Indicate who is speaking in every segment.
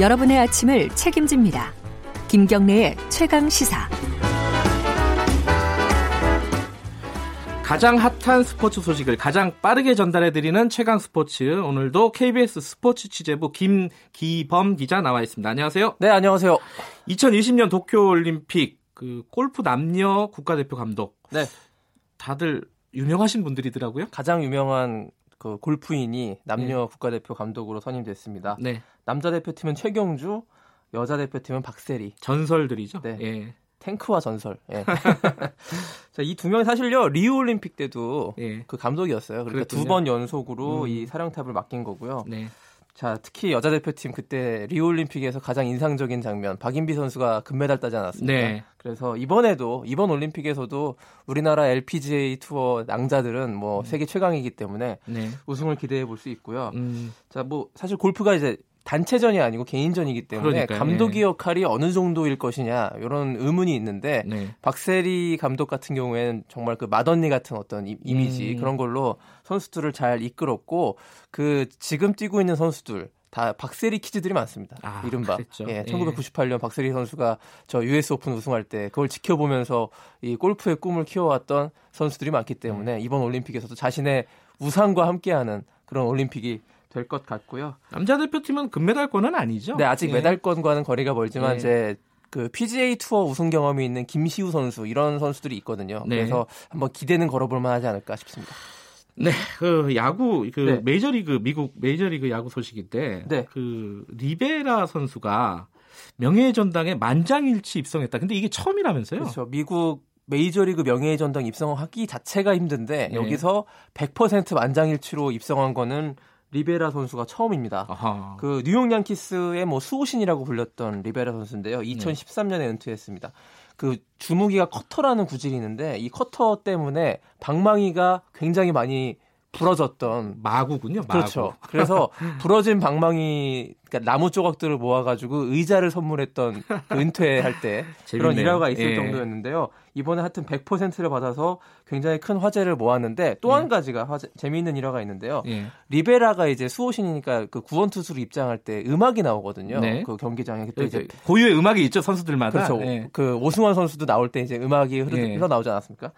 Speaker 1: 여러분의 아침을 책임집니다. 김경래의 최강 시사.
Speaker 2: 가장 핫한 스포츠 소식을 가장 빠르게 전달해드리는 최강 스포츠. 오늘도 KBS 스포츠 취재부 김기범 기자 나와 있습니다. 안녕하세요.
Speaker 3: 네, 안녕하세요.
Speaker 2: 2020년 도쿄올림픽 그 골프 남녀 국가대표 감독.
Speaker 3: 네.
Speaker 2: 다들 유명하신 분들이더라고요.
Speaker 3: 가장 유명한 그 골프인이 남녀 국가대표 감독으로 선임됐습니다.
Speaker 2: 네.
Speaker 3: 남자 대표팀은 최경주, 여자 대표팀은 박세리,
Speaker 2: 전설들이죠.
Speaker 3: 네.
Speaker 2: 예.
Speaker 3: 탱크와 전설. 예. 자, 이 두 명이 사실요 리우 올림픽 때도
Speaker 2: 예.
Speaker 3: 그 감독이었어요. 그러니까
Speaker 2: 그랬군요.
Speaker 3: 두 번 연속으로
Speaker 2: 음.
Speaker 3: 이 사령탑을 맡긴 거고요.
Speaker 2: 네.
Speaker 3: 자, 특히 여자 대표팀 그때 리우 올림픽에서 가장 인상적인 장면 박인비 선수가 금메달 따지 않았습니까?
Speaker 2: 네.
Speaker 3: 그래서 이번에도 이번 올림픽에서도 우리나라 LPGA 투어 낭자들은 뭐
Speaker 2: 음.
Speaker 3: 세계 최강이기 때문에
Speaker 2: 네.
Speaker 3: 우승을 기대해 볼 수 있고요.
Speaker 2: 음.
Speaker 3: 자, 뭐 사실 골프가 이제 단체전이 아니고 개인전이기 때문에
Speaker 2: 그러니까요. 예.
Speaker 3: 감독의 역할이 어느 정도일 것이냐 이런 의문이 있는데
Speaker 2: 네.
Speaker 3: 박세리 감독 같은 경우에는 정말 그 맏언니 같은 어떤 이, 미지
Speaker 2: 음.
Speaker 3: 그런 걸로 선수들을 잘 이끌었고 그 지금 뛰고 있는 선수들 다 박세리 키즈들이 많습니다.
Speaker 2: 아,
Speaker 3: 이른바
Speaker 2: 그랬죠. 예.
Speaker 3: 예, 1998년 박세리 선수가 저 US 오픈 우승할 때 그걸 지켜보면서 이 골프의 꿈을 키워왔던 선수들이 많기
Speaker 2: 음.
Speaker 3: 때문에 이번 올림픽에서도 자신의 우상과 함께하는 그런 올림픽이 될 것 같고요.
Speaker 2: 남자 대표팀은 금메달권은 아니죠.
Speaker 3: 네, 아직
Speaker 2: 예.
Speaker 3: 메달권과는 거리가 멀지만
Speaker 2: 예.
Speaker 3: 이제 그 PGA 투어 우승 경험이 있는 김시우 선수 이런 선수들이 있거든요.
Speaker 2: 네.
Speaker 3: 그래서 한번 기대는 걸어볼 만하지 않을까 싶습니다.
Speaker 2: 네, 그 야구 그
Speaker 3: 네.
Speaker 2: 메이저리그 미국 메이저리그 야구 소식인데
Speaker 3: 네.
Speaker 2: 그 리베라 선수가 명예의 전당에 만장일치 입성했다. 근데 이게 처음이라면서요?
Speaker 3: 그렇죠. 미국 메이저리그 명예의 전당 입성하기 자체가 힘든데
Speaker 2: 네.
Speaker 3: 여기서 100% 만장일치로 입성한 거는 리베라 선수가 처음입니다.
Speaker 2: 아하.
Speaker 3: 그 뉴욕 양키스의 뭐 수호신이라고 불렸던 리베라 선수인데요.
Speaker 2: 네.
Speaker 3: 2013년에 은퇴했습니다. 그 주무기가 커터라는 구질이 있는데 이 커터 때문에 방망이가 굉장히 많이 부러졌던
Speaker 2: 마구군요. 마구.
Speaker 3: 그렇죠. 그래서 부러진 방망이 그러니까 나무 조각들을 모아가지고 의자를 선물했던 그 은퇴할 때 그런
Speaker 2: 재밌네요.
Speaker 3: 일화가 있을
Speaker 2: 예.
Speaker 3: 정도였는데요. 이번에 하여튼 100%를 받아서 굉장히 큰 화제를 모았는데 또
Speaker 2: 네.
Speaker 3: 한 가지가 화제, 재미있는 일화가 있는데요.
Speaker 2: 예.
Speaker 3: 리베라가 이제 수호신이니까 그 구원 투수로 입장할 때 음악이 나오거든요.
Speaker 2: 네.
Speaker 3: 그 경기장에 그때 이제
Speaker 2: 이제 고유의 음악이 있죠 선수들마다.
Speaker 3: 그렇죠.
Speaker 2: 예.
Speaker 3: 그 오승환 선수도 나올 때 이제 음악이 흐르,
Speaker 2: 예.
Speaker 3: 나오지 않았습니까?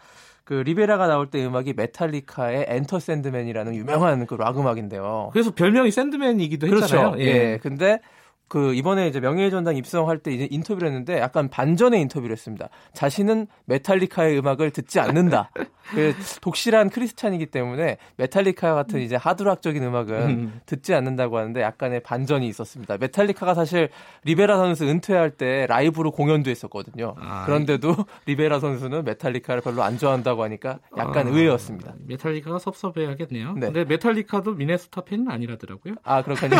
Speaker 3: 그 리베라가 나올 때 음악이 메탈리카의 엔터 샌드맨이라는 유명한 그 락 음악인데요.
Speaker 2: 그래서 별명이 샌드맨이기도 했잖아요.
Speaker 3: 그렇죠. 예. 근데 그 이번에 이제 명예의 전당 입성할 때 이제 인터뷰를 했는데 약간 반전의 인터뷰를 했습니다. 자신은 메탈리카의 음악을 듣지 않는다. 그 독실한 크리스찬이기 때문에 메탈리카 같은 이제 하드락적인 음악은
Speaker 2: 음.
Speaker 3: 듣지 않는다고 하는데 약간의 반전이 있었습니다. 메탈리카가 사실 리베라 선수 은퇴할 때 라이브로 공연도 했었거든요.
Speaker 2: 아,
Speaker 3: 그런데도 리베라 선수는 메탈리카를 별로 안 좋아한다고 하니까 약간
Speaker 2: 아.
Speaker 3: 의외였습니다.
Speaker 2: 메탈리카가 섭섭해하겠네요.
Speaker 3: 네.
Speaker 2: 근데 메탈리카도 미네소타 팬은 아니라더라고요.
Speaker 3: 아 그렇군요.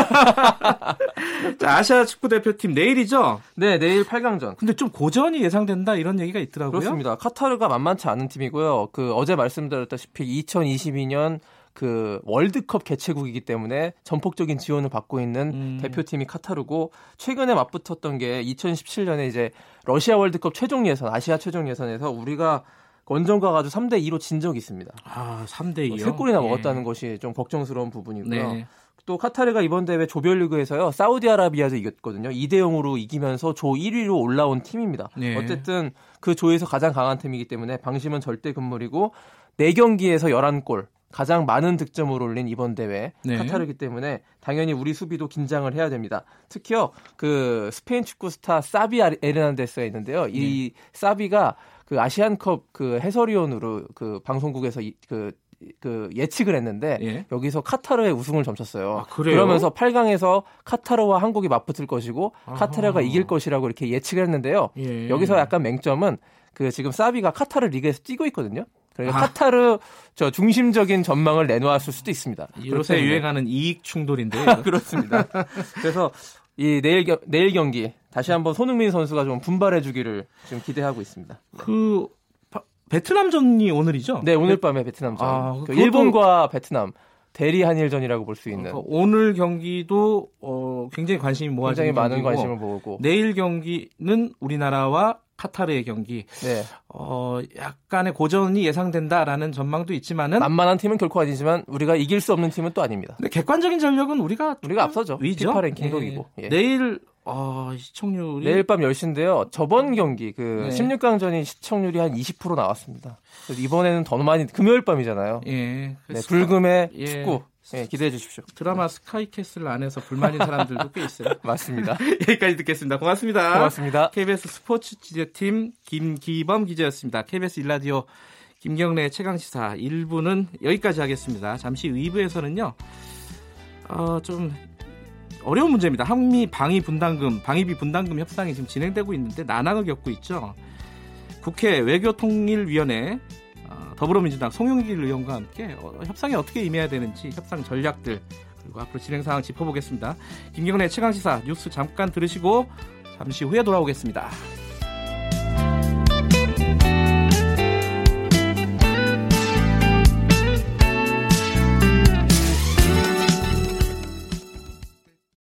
Speaker 2: 자, 아시아 축구 대표팀 내일이죠.
Speaker 3: 네 내일 8강전.
Speaker 2: 근데 좀 고전이 예상된다 이런 얘기가 있더라고요.
Speaker 3: 그렇습니다. 카타르가 만만치 않은 팀이고요. 그 어제 말씀드렸다시피 2022년 그 월드컵 개최국이기 때문에 전폭적인 지원을 받고 있는
Speaker 2: 음.
Speaker 3: 대표팀이 카타르고 최근에 맞붙었던 게 2017년에 이제 러시아 월드컵 최종 예선, 아시아 최종 예선에서 우리가 원정 가가지고 3대 2로 진 적이 있습니다. 뭐
Speaker 2: 아, 3대 2요.
Speaker 3: 세 골이나 먹었다는 것이 좀 걱정스러운 부분이고요.
Speaker 2: 네.
Speaker 3: 또 카타르가 이번 대회 조별리그에서요 사우디아라비아도 이겼거든요 2대 0으로 이기면서 조 1위로 올라온 팀입니다.
Speaker 2: 네.
Speaker 3: 어쨌든 그 조에서 가장 강한 팀이기 때문에 방심은 절대 금물이고 4경기에서 11골 가장 많은 득점을 올린 이번 대회
Speaker 2: 네.
Speaker 3: 카타르기 때문에 당연히 우리 수비도 긴장을 해야 됩니다. 특히요 그 스페인 축구 스타 사비 아리- 에르난데스가 있는데요. 이
Speaker 2: 네.
Speaker 3: 사비가 그 아시안컵 그 해설위원으로 그 방송국에서 이- 그, 그 예측을 했는데
Speaker 2: 예.
Speaker 3: 여기서 카타르의 우승을 점쳤어요.
Speaker 2: 아, 그래요?
Speaker 3: 그러면서 8강에서 카타르와 한국이 맞붙을 것이고 카타르가
Speaker 2: 아하.
Speaker 3: 이길 것이라고 이렇게 예측했는데요.
Speaker 2: 예.
Speaker 3: 여기서 약간 맹점은 그 지금 사비가 카타르 리그에서 뛰고 있거든요. 그러니까
Speaker 2: 아.
Speaker 3: 카타르 저 중심적인 전망을 내놓았을 수도 있습니다.
Speaker 2: 요새
Speaker 3: 그렇다면.
Speaker 2: 유행하는 이익 충돌인데 요
Speaker 3: 그렇습니다. 그래서 이 내일 겨- 내일 경기 다시 한번 손흥민 선수가 좀 분발해 주기를 지금 기대하고 있습니다.
Speaker 2: 그 바- 베트남전이 오늘이죠?
Speaker 3: 네, 오늘 밤에 베트남전.
Speaker 2: 어. 아,
Speaker 3: 그
Speaker 2: 그것도-
Speaker 3: 일본과 베트남 대리 한일전이라고 볼 수 있는
Speaker 2: 그러니까 오늘 경기도 어, 굉장히 관심이 모아지는
Speaker 3: 굉장히 많은
Speaker 2: 경기고
Speaker 3: 관심을 모으고
Speaker 2: 내일 경기는 우리나라와 카타르의 경기
Speaker 3: 네.
Speaker 2: 어 약간의 고전이 예상된다라는 전망도 있지만은
Speaker 3: 네, 만만한 팀은 결코 아니지만 우리가 이길 수 없는 팀은 또 아닙니다.
Speaker 2: 근데 객관적인 전력은 우리가
Speaker 3: 우리가 앞서죠.
Speaker 2: 아, 위죠.
Speaker 3: 피파 랭킹도 위고.
Speaker 2: 예.
Speaker 3: 예.
Speaker 2: 내일 어, 시청률이
Speaker 3: 음. 내일 밤 10시인데요. 저번 경기 그
Speaker 2: 네.
Speaker 3: 16강전이 시청률이 한 20% 나왔습니다. 그래서 이번에는 더 많이 금요일 밤이잖아요.
Speaker 2: 예
Speaker 3: 네,
Speaker 2: 그래서
Speaker 3: 불금의
Speaker 2: 예.
Speaker 3: 축구 예, 기대해 주십시오.
Speaker 2: 드라마 스카이캐슬 안에서 불만인 사람들도 꽤 있어요.
Speaker 3: 맞습니다.
Speaker 2: 여기까지 듣겠습니다.
Speaker 3: 아.
Speaker 2: 고맙습니다.
Speaker 3: 고맙습니다.
Speaker 2: KBS 스포츠 기자팀 김기범 기자였습니다. KBS 일라디오 김경래 최강시사 1부는 여기까지 하겠습니다. 잠시 2부에서는요, 어, 좀 어려운 문제입니다. 한미 방위 분담금, 방위비 분담금 협상이 지금 진행되고 있는데 난항을 겪고 있죠. 국회 외교통일위원회 어, 더불어민주당 송영길 의원과 함께 어, 협상에 어떻게 임해야 되는지 협상 전략들 그리고 앞으로 진행 상황 짚어보겠습니다. 김경래 최강시사 뉴스 잠깐 들으시고 잠시 후에 돌아오겠습니다.